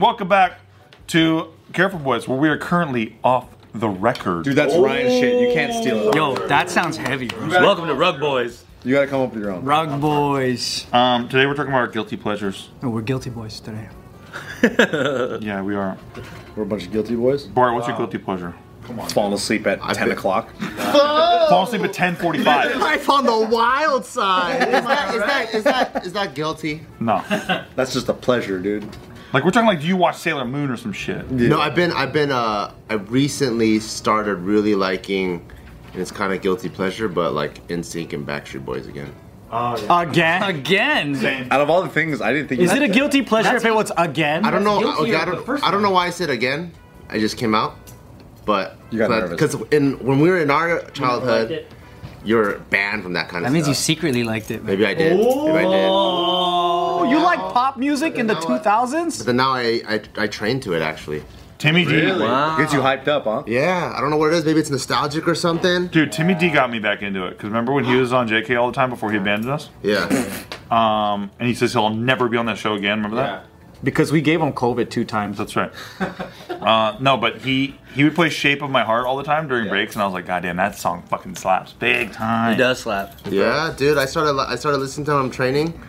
Welcome back to Careful Boys, where we are currently off the record. Dude, that's Ryan shit. You can't steal it. Yo, that sounds heavy, bro. Welcome to Rug Boys. You gotta come up with your own. Rug boys. Um, today we're talking about our guilty pleasures. Oh, we're guilty boys today. Yeah, we are. We're a bunch of guilty boys. Bart, what's your guilty pleasure? Falling asleep at 10 o'clock. Fall asleep at 10:45. Life on the wild side. Is that, is that, is that, is that guilty? no, That's just a pleasure, dude. like we're talking like, do you watch Sailor Moon or some shit? No, I've been, I've been, uh, I recently started really liking, and it's kind of guilty pleasure, but like NSYNC and Backstreet Boys again. Again? Again. Out of all the things, I didn't think Is it a guilty pleasure if it was again? I don't know. guilty Okay, I of the don't. first I don't know why I said again. I just came out, but You got nervous. because in when we were in our childhood, you're banned from that kind of. That means you stuff. secretly liked it. Maybe I did. Maybe I did. Oh, you like pop music in the Now I- 2000s? But then now I I, I train to it actually. Timmy D. Gets you hyped up, huh? Yeah, I don't know what it is. Maybe it's nostalgic or something. Dude, Timmy D got me back into it because remember when he was on JK all the time before he abandoned us? Yeah. Um, and he says he'll never be on that show again. Remember that? Because we gave him COVID two times. That's right. uh, no, but he he would play "Shape of My Heart" all the time during breaks, and I was like, "God damn, that song fucking slaps big time." It does slap. Yeah, dude. I started I started listening to him training,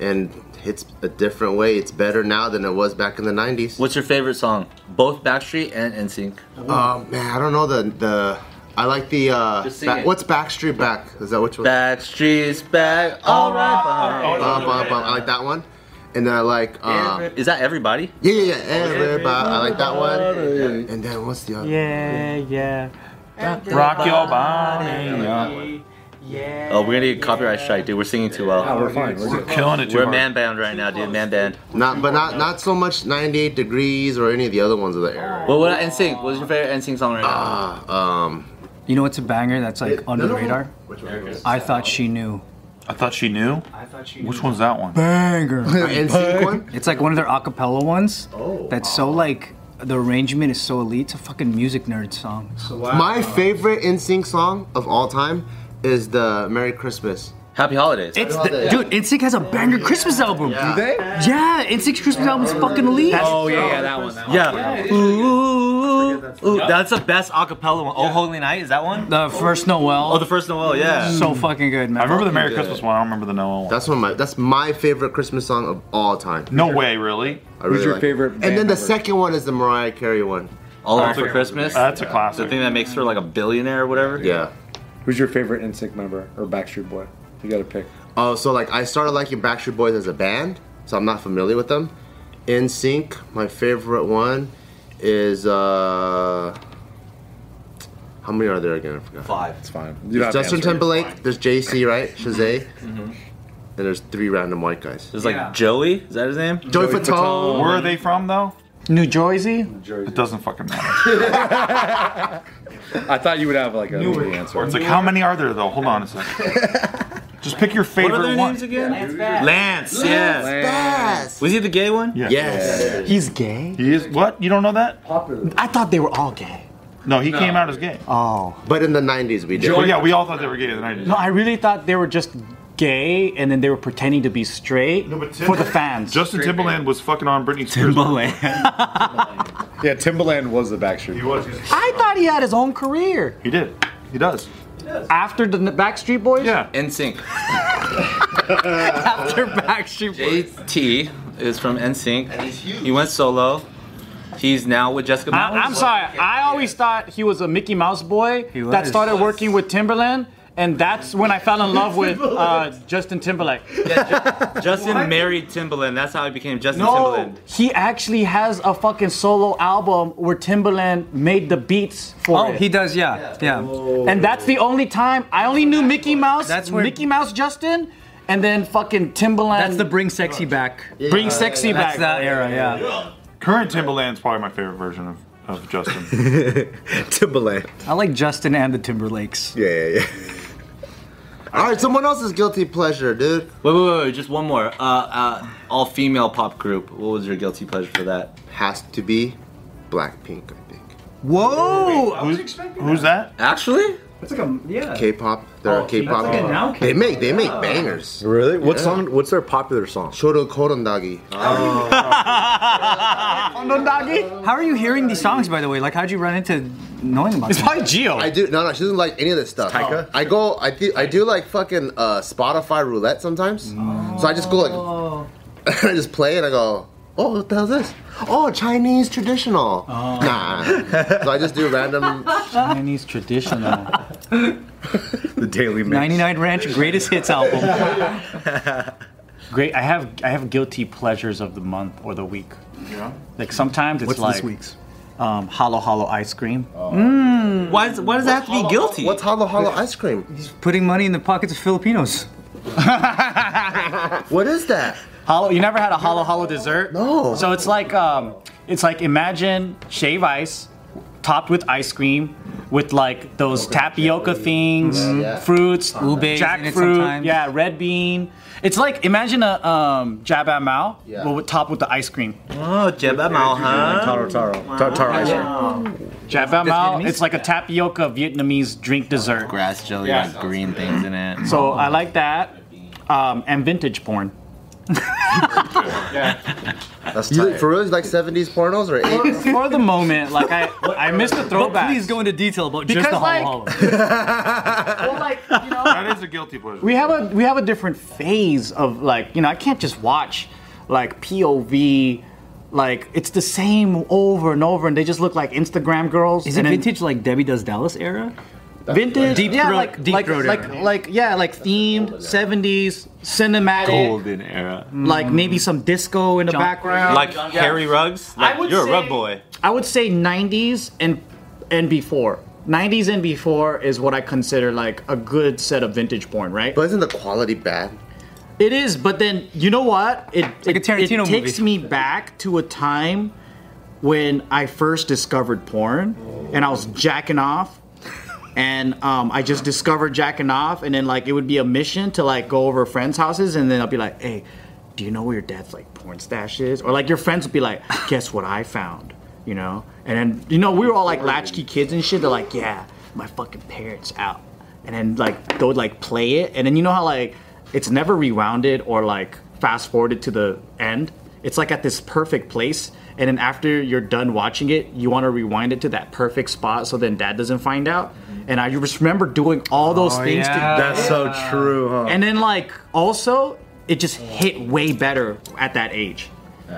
and it's a different way. It's better now than it was back in the '90s. What's your favorite song? Both Backstreet and NSYNC. Um, man, I don't know the the. I like the uh, Just sing back, it. what's Backstreet Back? Is that which one? Backstreet's back. All right. Bum, bum, bum. I like that one. And then I like bye. um, Is that everybody? yeah, yeah, yeah. Everybody, I like that one. And then what's the other? Yeah, yeah. Rock your body, Oh, we're gonna get copyright strike, dude. We're singing too Oh, well. we're fine. We're good. killing it. too We're hard. man band right now, dude. Man band. Not, but not not so much 98 degrees or any of the other ones of the era. Well, what NSYNC? What's your favorite NSYNC song right now? Uh, um, You know what's a banger that's like under the radar? Which one? I thought she knew. I thought she knew. I thought she Which one's that one? Banger. NSYNC one. It's like one of their acapella ones. Oh. That's so like the arrangement is so elite. It's a fucking music nerd song. My favorite NSYNC song of all time is the Merry Christmas. Happy Holidays. It's the, dude. NSYNC has a banger Christmas album. Yeah. They? Yeah, NSYNC's Christmas album is fucking elite. Oh, yeah, yeah, that one. That one. yeah. Ooh, ooh, that's the best acapella one. Oh, Holy Night is that one? The first Noel. Oh, the first Noel. Yeah. so fucking good, man. I remember the Merry Christmas one. I don't remember the Noel one. That's one of my that's my favorite Christmas song of all time. no way, really. I really Who's your like it. favorite And band then the member? second one is the Mariah Carey one. All Over for Christmas. Uh, That's a The classic. thing that makes her like a billionaire or whatever. Yeah. Who's your favorite NSYNC member or Backstreet Boy? You gotta pick. Oh, so like I started liking Backstreet Boys as a band, so I'm not familiar with them. In Sync, my favorite one is uh how many are there again? I forgot. Five. It's fine. You don't have There's to Justin answer it. Timberlake, there's JC, right? Shazay. And there's three random white guys. It's like Joey. Is that his name? Joey Fatone. Where are they from though? New Jersey. It doesn't fucking matter. I thought you would have like a easy answer. It's like how many are there though? Hold on a second. Just pick your What are favorite their one. names again? Lance. Lance. Yeah. Yes. Was he the gay one? Yeah. Yes. He's gay. He is what? You don't know that? I thought they were all gay. No, he came out as gay. Oh. But in the 90s we did. Well, yeah, we all thought they were gay in the 90s. No, I really thought they were just gay, and then they were pretending to be straight but Tim- for the fans. Justin Timberland was fucking on Britney Spears. Timbaland. Yeah, Timbaland was the Backstreet. He Boy. was. I thought he had his own career He did. He does. after the Backstreet Boys. Yeah. NSYNC. after Backstreet Boys. JT is from NSYNC. He went solo. He's now with Jessica Biel. I, am sorry. I always thought he was a Mickey Mouse boy that was. started working with Timberland, and that's when I fell in love with uh, Justin Timberlake. Justin married Timbaland. That's how he became Justin Timberland. he actually has a fucking solo album where Timberland made the beats for Oh, it. he does, yeah. Oh. Yeah. and that's the only time I only knew Mickey Mouse. That's where- Mickey Mouse Justin, and then fucking Timberland. That's the bring sexy back. bring sexy That's back. that era, yeah. Current Timberland's probably my favorite version of, of Justin. Timberlake. I like Justin and the Timberlakes. Yeah, yeah, yeah. All right, someone else's guilty pleasure, dude. Wait, wait, wait, wait. Just one more. Uh, uh, all female pop group. What was your guilty pleasure for that? Has to be Blackpink, I think. Whoa! Who's, who's that? Actually, That's like a yeah. K-pop. They're Oh, a K-pop. that's like a now they make they make K-pop. bangers. Really? What Yeah. song? What's their popular song? Oh. Choro Korondagi. How are you hearing these songs, by the way? Like, how'd you run into knowing about them? probably Geo. I do no no. She doesn't like any of this stuff. Taika? I go. I do. I do like fucking uh, Spotify roulette sometimes. So I just go like, I just play and I go. Oh, what the hell's this? Oh, Chinese traditional. Oh. Nah. so I just do random. Chinese traditional. the Daily Mix. 99 Ranch Greatest Hits album. Great. I have I have guilty pleasures of the month or the week. Yeah. Like sometimes it's What's like Oh. this week's? um hollow hollow ice cream. Why, is, why does that have to be guilty? What's hollow hollow ice cream? Putting money in the pockets of Filipinos. What is that? Hollow. You never had a hollow hollow dessert? No. So it's like um, it's like imagine shave ice topped with ice cream with like those tapioca things, Mm-hmm. yeah. fruits, Ube is in it jackfruit, sometimes. yeah, red bean. It's like imagine a um, jab at mao, Yeah. but with, topped with the ice cream. oh, Jebba Mao, huh? Taro Taro. Taro Taro ice cream. Jab at mao. Vietnamese? It's like a tapioca Vietnamese drink dessert. Grass jelly with green things in it. So I like that. Um, and vintage porn. That's You tight. for real? You like 70s pornos or 80s? For the moment, like I, I missed the But throwback. please go into detail about Because, just the like- hollow hollow. Well, like, you know, That is a guilty pleasure. we have a we have a different phase of like you know I can't just watch like POV. Like it's the same over and over, and they just look like Instagram girls. Is it and then- vintage like Debbie Does Dallas era? Vintage, Deep yeah, throat- like deep like, throat like era. like yeah, like themed '70s cinematic, era. like maybe some disco in the Jump. background. Like Harry Rugs? Like, would you're say- a rug boy. I would say 90s and and before. 90s and before is what I consider like a good set of vintage porn, right? But isn't the quality bad? It is, but then you know what? It like a it- Tarantino it movie. takes me back to a time when I first discovered porn and I was jacking off. And um, I just discovered jacking off, and then like it would be a mission to like go over friends' houses, and then I'll be like, "Hey, do you know where your dad's like porn stash is?" Or like your friends would be like, "Guess what I found?" You know, and then you know we were all like latchkey kids and shit. They're like, "Yeah, my fucking parents out," and then like they would like play it, and then you know how like it's never rewounded or like fast forwarded to the end. It's like at this perfect place, and then after you're done watching it, you want to rewind it to that perfect spot so then dad doesn't find out. And I just remember doing all those things yeah. to That's so true, huh? and then like also it just hit way better at that age.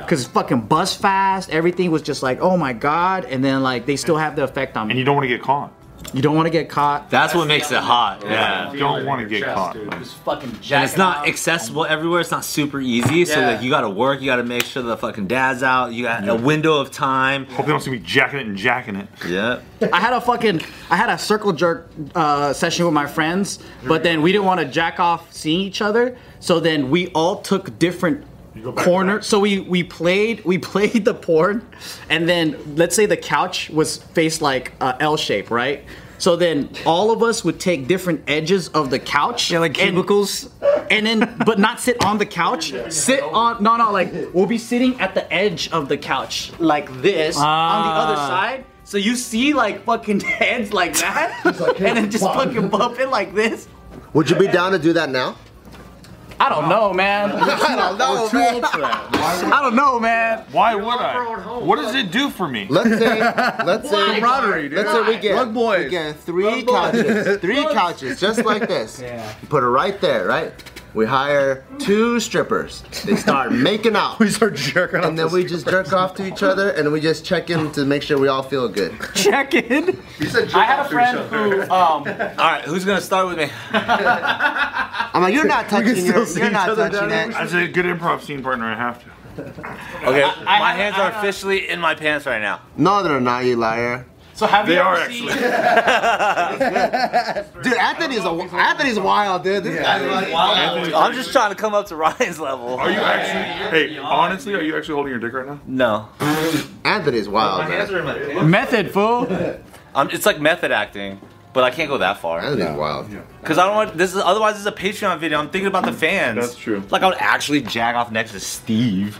Cause fucking bus fast, everything was just like, oh my god, and then like they still have the effect on and me. you don't want to get caught. You don't want to get caught. That's what makes it hot. Yeah. You don't want to get caught. Fucking And it's not accessible everywhere. It's not super easy. So Yeah. like you gotta work. You gotta make sure the fucking dad's out. You got a window of time. Hope they don't see me jacking it and jacking it. Yep. I had a fucking I had a circle jerk uh, session with my friends, but then we didn't want to jack off seeing each other, so then we all took different back to corner. back. So we we played we played the porn, and then let's say the couch was faced like uh, L shape, right? So then all of us would take different edges of the couch. Yeah, like and- cubicles. and then but not sit on the couch sit on no no like we'll be sitting at the edge of the couch like this on the other Ah. side so you see like fucking heads like that and then just fucking bump it like this Would you be down to do that now? i don't know man I don't know, man. i don't know man Why would I? What does it do for me? Let's say, let's say, let's say we get, Rug boys. we get three couches, three couches, just like this. You put it right there, right? We hire two strippers. They start making out, we start jerking off and then the we just jerk off to each other, and we just check in to make sure we all feel good. Check in. i had a friend who um All right. Who's gonna start with me? I'm like, you're not touching still your, see you're each not other touching down it. As a good improv scene partner, I have to. Okay. my have- hands I are have- officially in my pants right now. No, they're not, you liar. so have They you are ever seen actually. Dude, Anthony's a Anthony's wild, dude. This guy's like, I'm just trying to come up to Ryan's level. Are you actually? Hey, honestly, are you actually holding your dick right now? No. Anthony's wild, man. method fool I'm, it's like method acting, but I can't go that far. Anthony's wild. Cause I don't want this is otherwise this is a Patreon video. I'm thinking about the fans. That's true. Like I would actually jag off next to Steve.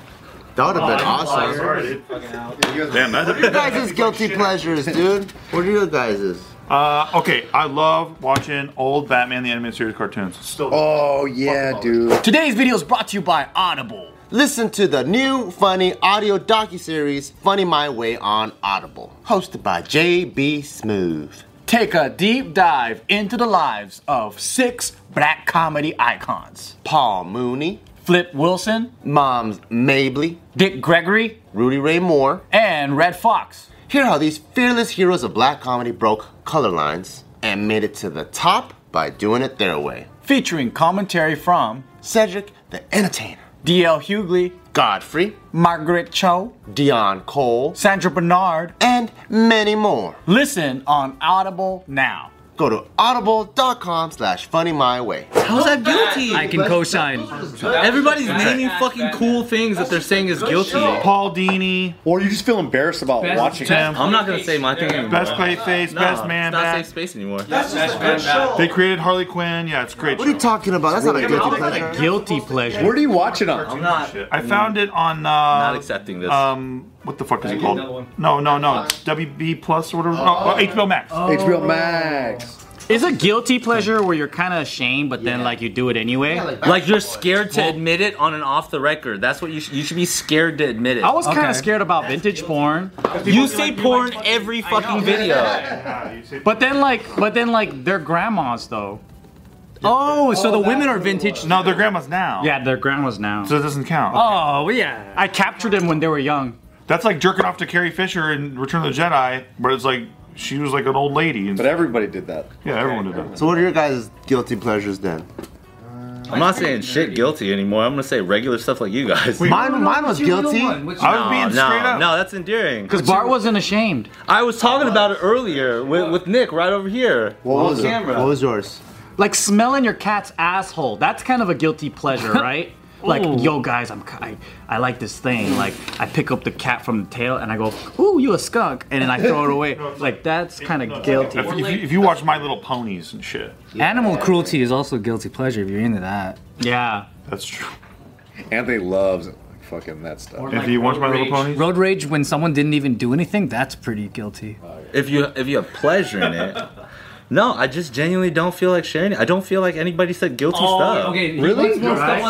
That would have been awesome. Sorry, dude. Damn, that. guys' guilty pleasures, dude. What are your guys'? Uh, okay, I love watching old Batman the animated series cartoons. Still, Oh yeah, dude. Today's video is brought to you by Audible. Listen to the new funny audio docuseries, Funny My Way on Audible, hosted by J.B. Smooth. Take a deep dive into the lives of six black comedy icons Paul Mooney, Flip Wilson, Moms Mabley, Dick Gregory, Rudy Ray Moore. and Red Fox. Hear how these fearless heroes of black comedy broke color lines and made it to the top by doing it their way. Featuring commentary from Cedric the Entertainer, D.L. Hughley, Godfrey, Margaret Cho, Dion Cole, Sandra Bernard. and many more. Listen on Audible now. Go to audible.com slash funny my way. How's that guilty? I can co-sign. Everybody's naming fucking cool things that they're saying is guilty. Paul Dini, Or you just feel embarrassed about watching Tim, I'm not gonna say my thing anymore. best Clayface, No, best man, it's not Bat. safe space anymore. They created Harley Quinn. Yeah, it's a great. What are you show. talking about? That's not a guilty pleasure. Guilty pleasure. Where do you watch it on? I'm not I found it on. Uh, not accepting this. Um, what the fuck is it called? No, no, no. WB Plus or whatever. Oh, oh, HBO Max. HBO Max. Is a guilty pleasure where you're kind of ashamed, but then like you do it anyway? like you're scared to admit it on and off the record. That's what you should, you should be scared to admit it. I was kind of scared about vintage porn, you say porn every fucking video. but then like, but then like their grandmas though. Oh, so the women are vintage. No, they're grandmas now. Yeah, their grandmas now. So it doesn't count. Oh, well, yeah. I captured them when they were young. That's like jerking off to Carrie Fisher in Return of the Jedi, but it's like she was like an old lady. And, But everybody did that. yeah, everyone did that. So what are your guys' guilty pleasures then? I'm not saying shit guilty anymore. I'm gonna say regular stuff like you guys. Wait, Mine, mine was guilty. I was being no, straight up. no, that's endearing. Because Bart wasn't ashamed. I was talking about it earlier with, with Nick right over here. What was, on it? camera. what was yours? Like smelling your cat's asshole. That's kind of a guilty pleasure, right? Like, Ooh. yo, guys, I'm I, I like this thing. Like, I pick up the cat from the tail and I go, "Ooh, you a skunk," and then I throw it away. Like, that's kind of guilty. If, if you, if you watch My Little Ponies and shit, Animal cruelty is also guilty pleasure if you're into that. Yeah. that's true. Anthony loves fucking that stuff. If you watch My Little Ponies, Road rage when someone didn't even do anything, that's pretty guilty. if you if you have pleasure in it. No, I just genuinely don't feel like sharing it. I don't feel like anybody said guilty Oh, stuff. Really?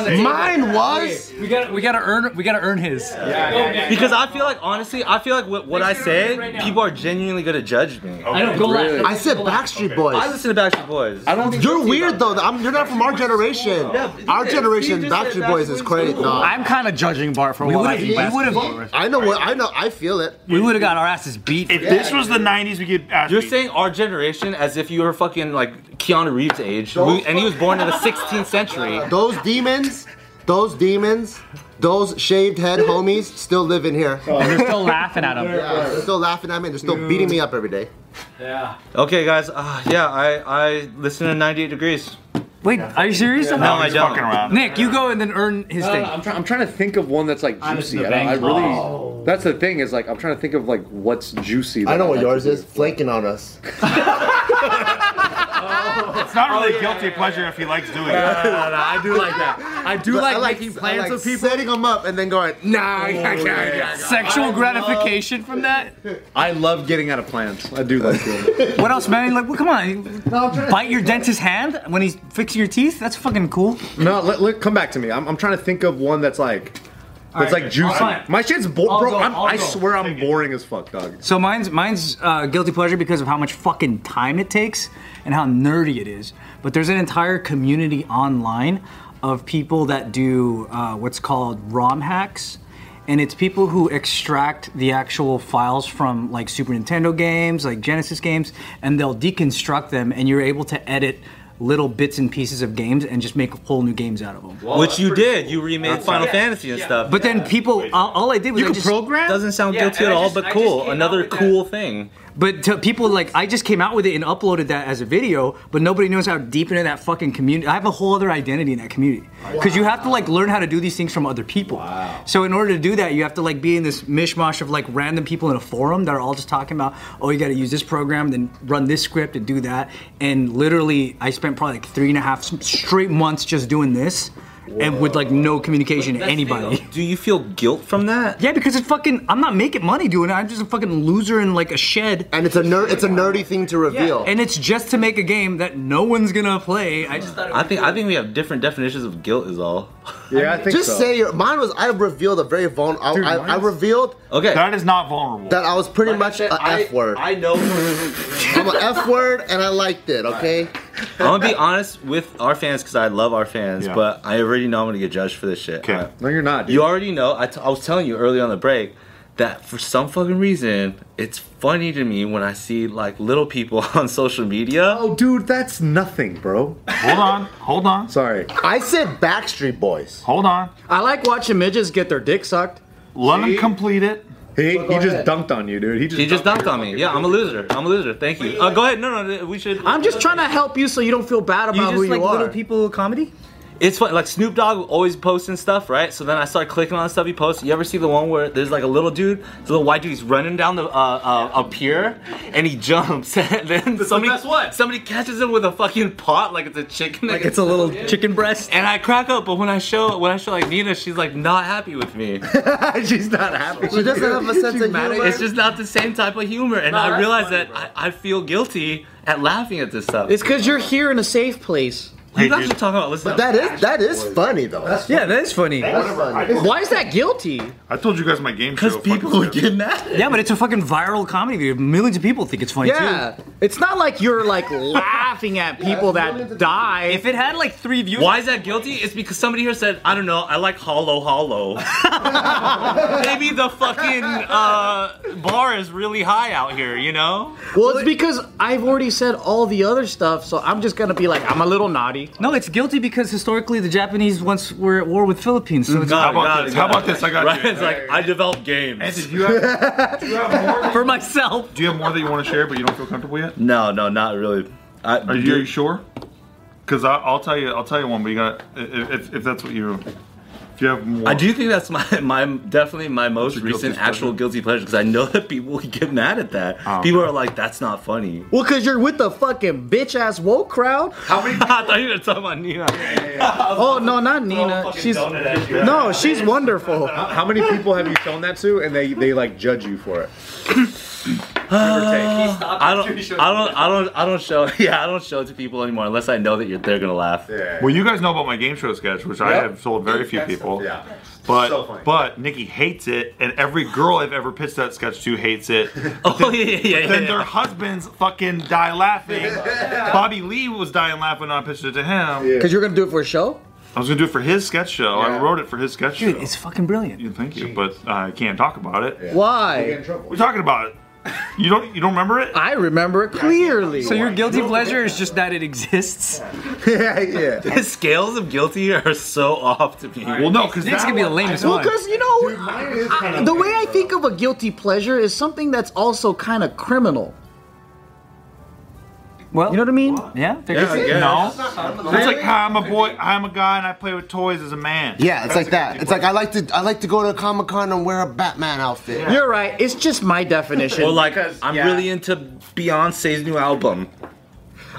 Mine was. We gotta we gotta earn we gotta earn his. Because I feel like honestly, I feel like what, what I say, people are genuinely gonna judge me. I don't go Really? I said Backstreet Boys. I listen to Backstreet Boys. I don't think You're weird though. I'm, you're not from our generation. but our you- generation, you just said Backstreet Boys Backstreet is crazy. Boys. dog. I'm kind of judging Bart for what I think. would've- we basketball would've- I know what I know. I feel it. We would have got our asses beat. if this was the 90s, we could ask You're me- saying our generation as if you were fucking like Keanu Reeves' age, who- and he was born in the 16th century. Those demons, those demons, those shaved head homies still live in here. Oh, And they're still laughing at him. They're still laughing at me. They're still beating me up every day. Okay, guys. Uh, yeah, I I listen to 98 Degrees. Wait, are you serious? No, I he's don't. fucking around. Uh, Nick, you go and then earn his thing. I'm, trying. I'm trying to think of one that's like juicy. I, don't- I really. That's the thing is like I'm trying to think of like what's juicy. I that know what like yours to is. Flanking on us. It's not really Oh, guilty pleasure if he likes doing it. I do like that. I do like, making plans I like with people. setting them up and then going. Nah. yeah, yeah, yeah, yeah." Sexual gratification from that. do. I love getting out of plans. I do like that. What else, man? Like, well, come on, bite your dentist's hand when he's fixing your teeth. That's fucking cool. no, let, let- come back to me. I'm, I'm trying to think of one that's like. That's like juicy. Fine. My shit's bo- bro. go, I'm, I'll I go. swear I'm boring as fuck, dog. So mine's mine's uh, guilty pleasure because of how much fucking time it takes and how nerdy it is. But there's an entire community online of people that do uh, what's called ROM hacks, and it's people who extract the actual files from like Super Nintendo games, like Genesis games, and they'll deconstruct them, and you're able to edit little bits and pieces of games and just make whole new games out of them. Which you did. You remade Final Fantasy and stuff. But then people, all, all I did was I just, doesn't sound Yeah, guilty and I at all, just- but I just cool. came out Another with that. cool thing. But to people like I just came out with it and uploaded that as a video, but nobody knows how deep into that fucking community. I have a whole other identity in that community because you have to like learn how to do these things from other people. So in order to do that, you have to like be in this mishmash of like random people in a forum that are all just talking about, oh, you got to use this program, then run this script and do that. And literally, I spent probably like three and a half s- straight months just doing this and with like no communication to That's the thing, anybody. though. Do you feel guilt from that? Yeah, because it's fucking. I'm not making money doing it. I'm just a fucking loser in like a shed. And it's a ner- it's a nerdy thing to reveal. And it's just to make a game that no one's gonna play. I just thought it I think I think we have different definitions of guilt. Is all. Yeah, I think just so. say your mine was. I revealed a very vulnerable. I, I revealed Okay. That is not vulnerable. that I was pretty Like I much said, an I- F word. I know. I'm an F word, and I liked it. Okay. I'm gonna be honest with our fans because I love our fans, Yeah. but I already know I'm gonna get judged for this shit. Uh, Okay. no, you're not. Dude. You already know. I, t- I was telling you earlier on the break that for some fucking reason, it's funny to me when I see like little people on social media. oh, dude, that's nothing, bro. hold on, hold on, Sorry. I said Backstreet Boys. hold on. I like watching midgets get their dick sucked. Let him complete it. He, he just dunked on you, dude. He just He just dunked on me. Yeah, I'm a loser. I'm a loser. Thank you. Uh, go ahead. No, no, no, we should. I'm just trying to help you so you don't feel bad about You just who like you are. little people comedy. It's fun. Like Snoop Dogg always posting stuff, right? So then I start clicking on stuff he posts. You ever see the one where there's like a little dude, this little white dude, he's running down the uh, uh, a pier, and he jumps, and then somebody guess what? somebody catches him with a fucking pot, like it's a chicken. Like It's a little chicken breast. And I crack up, but when I show when I show like Nina, she's like not happy with me. She's not happy. She doesn't have a sense of humor. It's just not the same type of humor, and I that's realize funny, that bro. I, I feel guilty at laughing at this stuff. It's because you're here in a safe place. you Hey, guys dude. are talking about listen. That is that is funny though. That's Yeah, that is funny. funny. Why is that guilty? I told you guys my game show. because people would fucking sucks. get mad. Yeah, but it's a fucking viral comedy video. Millions of people think it's funny Yeah, it's not like you're like laughing at people that die. too. If it had like three views, Why is that guilty? It's because somebody here said, I don't know, I like hollow hollow. Maybe the fucking uh, bar is really high out here, you know? well, it's because I've already said all the other stuff, so I'm just gonna be like, I'm a little naughty. no, it's guilty because historically the Japanese once were at war with Philippines. So it's How about this? How about this? I got Right? you. It's like, I develop games. Anthony, do you have for myself. do you have more that you want to share, but you don't feel comfortable yet? No, no, not really. I, Are you, are you sure? Because I'll tell you, I'll tell you one. But you got if, if, if that's what you if you have more. I do think that's my, my definitely my most your guilty recent actual pleasure? guilty pleasure Oh. because I know that people get mad at that. people are like, that's not funny. Well, cause you're with the fucking bitch ass woke crowd. I thought you were talking about Nina. Oh no, not Nina. She's no, she's wonderful. How many people have you shown that to, and they they like judge you for it? Give or I don't, I don't, I don't, I don't show. Yeah, I don't show it to people anymore unless I know that you're, they're gonna laugh. take. Yeah. Well, you guys know about my game show sketch, which I Yep. have sold very few people. Yeah. But So funny. but Nikki hates it, and every girl I've ever pitched that sketch to hates it. Oh yeah, yeah, yeah. then yeah. their husbands fucking die laughing. Bobby Lee was dying laughing when I pitched it to him. Cause you're gonna do it for a show. I was gonna do it for his sketch show. I Yeah. wrote it for his sketch Dude, show. it's fucking brilliant. Yeah, Thank you, but I can't talk about it. Why? We're talking about it. You don't you don't remember it? I remember it clearly. So your guilty pleasure is just that it exists. yeah, yeah. The scales of guilty are so off to me. Well, no, because Nick's gonna be the lamest Well, one. because you know, I- the way I think of a guilty pleasure is something that's also kind of criminal. Well, You know what I mean? yeah, there Yeah, I is- guess. No, it's like hi, I'm a boy. I'm a guy, and I play with toys as a man. Yeah, it's like that. It's like I like to I like to go to a Comic Con and wear a Batman outfit. You're right. It's just my definition. Or like, I'm yeah. really into Beyonce's new album.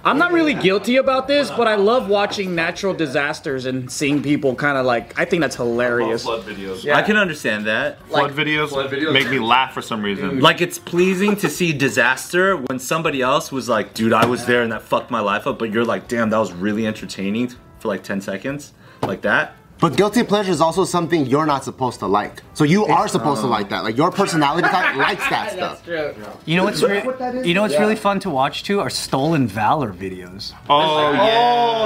I'm not really guilty about this, but I love watching natural disasters and seeing people kind of like. I think that's hilarious. videos. I can understand that. Flood videos make me laugh for some reason. Like it's pleasing to see disaster when somebody else was like, "Dude, I was there and that fucked my life up," but you're like, "Damn, that was really entertaining for like 10 seconds." Like that. But guilty pleasure is also something you're not supposed to like. So you are supposed to like that. Like your personality type likes that stuff. You know what's re- you know what's really fun to watch too are stolen valor videos. oh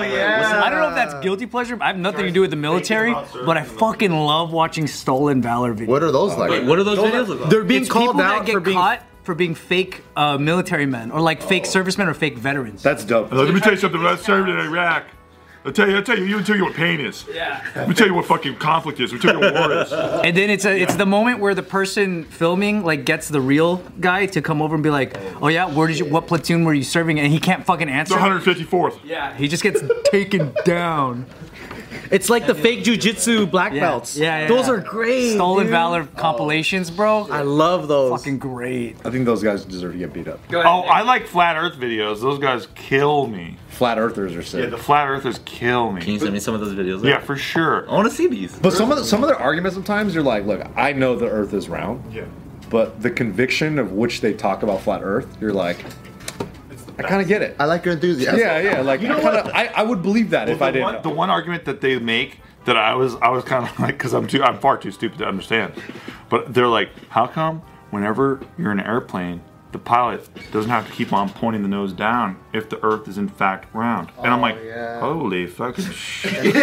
yeah. I don't know if that's Uh, guilty pleasure. but I have nothing to do with the military, but I fucking love watching stolen valor videos. What are those like? Wait, what are those videos about? They're being called people out that get for being- caught for being fake uh, military men or like Oh. fake servicemen or fake veterans. That's dope. Let me tell you something. When I served in Iraq, I'll tell you. I'll tell you. You tell you what pain is. Yeah. Let me tell you what fucking conflict is. We tell you what war is. And then it's a, it's the moment where the person filming like gets the real guy to come over and be like, "Oh yeah, where did you? What platoon were you serving?" And he can't fucking The answer. 154th. He just gets taken down. It's like the fake jujitsu black Yeah. belts. Yeah, yeah, Those yeah. are great. Stolen dude. Oh. Valor compilations, bro. I love those. fucking great. I think those guys deserve to get beat up. Oh, I like flat Earth videos. Those guys kill me. Flat earthers are sick. Yeah, the flat Earthers kill Can me. you Oh. send me some of those videos? Yeah, for sure. I want to see these. but some of the, some of their arguments sometimes you're like, look, I know the Earth is round, Yeah. but the conviction of which they talk about flat Earth, you're like, I kind of get it. I like your enthusiasm. Yeah, yeah. Like you know what? I, I would believe that if the I didn't. one, the one argument that they make that I was I was kind of like because I'm too I'm far too stupid to understand, but they're like, how come whenever you're in an airplane, the pilot doesn't have to keep on pointing the nose down if the Earth is in fact round? And I'm like, holy fucking shit,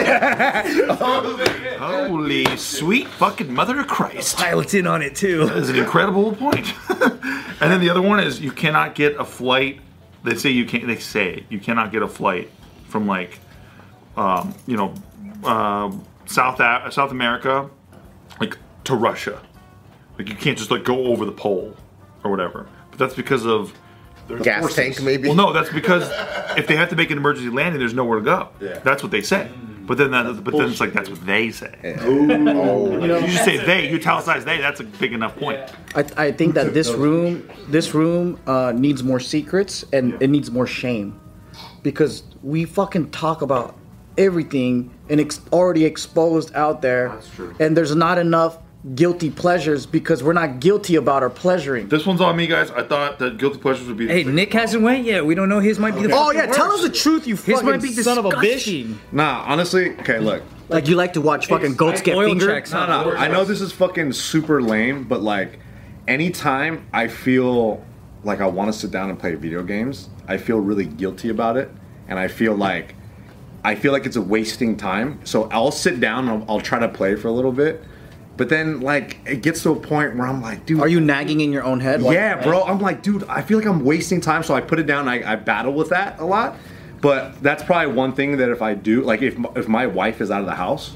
holy sweet fucking mother of Christ. Pilots in on it too. That is an incredible point. and then the other one is you cannot get a flight. They say you can't. They say you cannot get a flight from like, um, you know, uh, South A- South America, like to Russia. Like you can't just like go over the pole or whatever. But that's because of Gas tank, maybe. well, no, that's because if they have to make an emergency landing, there's nowhere to go. Yeah. That's what they say. But then, that, but then it's like that's what they say. you just say they. You italicize they. That's a big enough point. I, I think that this room this room uh, needs more secrets and it needs more shame because we fucking talk about everything and it's already exposed out there That's true. and there's not enough guilty pleasures because we're not guilty about our pleasuring This one's on me, guys. I thought that guilty pleasures would be. Hey, Nick hasn't went yet. We don't know. His might be the oh fucking yeah tell us worst. the truth you His fucking might be the son of a bitch Nah, honestly, okay, look. like you like to watch fucking goats get Oil fingered checks. No, no, I know this is fucking super lame, but like, anytime I feel like I want to sit down and play video games, I feel really guilty about it, and I feel like, I feel like it's a wasting time. So I'll sit down, and I'll, I'll try to play for a little bit, but then like it gets to a point where I'm like, dude, are you nagging in your own head Like, yeah, bro. I'm like, dude, I feel like I'm wasting time, so I put it down. I, I battle with that a lot, but that's probably one thing that if I do, like, if m- if my wife is out of the house,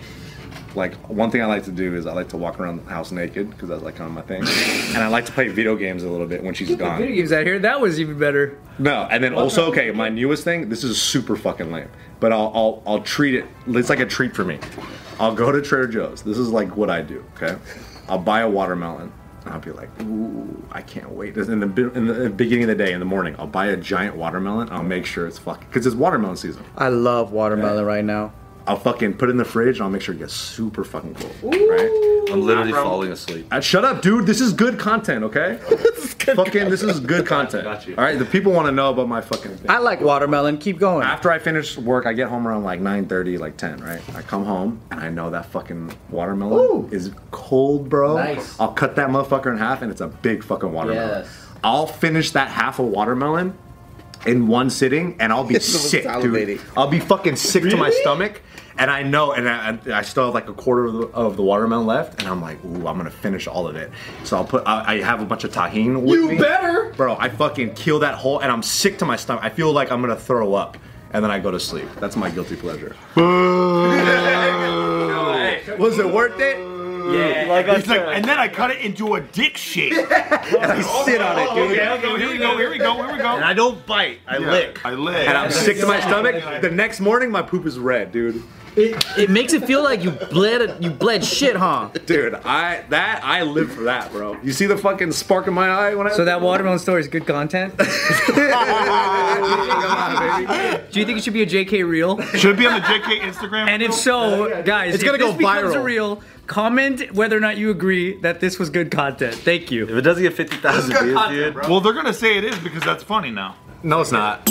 like, one thing I like to do is I like to walk around the house naked because that's like kind of my thing, and I like to play video games a little bit when she's gone. Video games out here. That was even better. No, and then also okay, my newest thing. This is super fucking lame, but I'll I'll, I'll treat it. It's like a treat for me. I'll go to Trader Joe's. This is like what I do. Okay, I'll buy a watermelon. and I'll be like, ooh, I can't wait. In the be- in the beginning of the day, in the morning, I'll buy a giant watermelon. I'll make sure it's fucking because it's watermelon season. i love watermelon right now I'll fucking put it in the fridge and I'll make sure it gets super fucking cold. Right? I'm literally falling asleep. Uh, shut up, dude. This is good content. Okay. fucking, this is good content. Got you. All right, the people want to know about my fucking. Thing. i like watermelon keep going After I finish work, I get home around like 9:30, like 10, right? I come home and I know that fucking watermelon is cold, bro. Nice. I'll cut that motherfucker in half and it's a big fucking watermelon. Yes. I'll finish that half a watermelon in one sitting and I'll be sick, dude. salivating. I'll be fucking sick to my stomach. And I know, and I, and I still have like a quarter of the, of the watermelon left, and I'm like, ooh, I'm gonna finish all of it. So I'll put, I, I have a bunch of tahini. With you better, bro. I fucking kill that whole, and I'm sick to my stomach. I feel like I'm gonna throw up, and then I go to sleep. That's my guilty pleasure. Was it worth it? It's like, and then I cut it into a dick shape. And I sit on it, dude. Here we go, here we go, here we go, here we go. And I don't bite. I lick. I lick. And I'm sick to my stomach. The next morning, my poop is red, dude. it, it makes it feel like you bled you bled shit huh Dude, I that I live for that, bro. You see the fucking spark in my eye when I So that watermelon story is good content. Do you think it should be a JK reel? Should be on the JK Instagram. And if so, guys, It's gonna if go this becomes a viral. reel, comment whether or not you agree that this was good content. Thank you. If it doesn't get 50,000 views, dude. well, they're gonna say it is because that's funny now. No, it's not.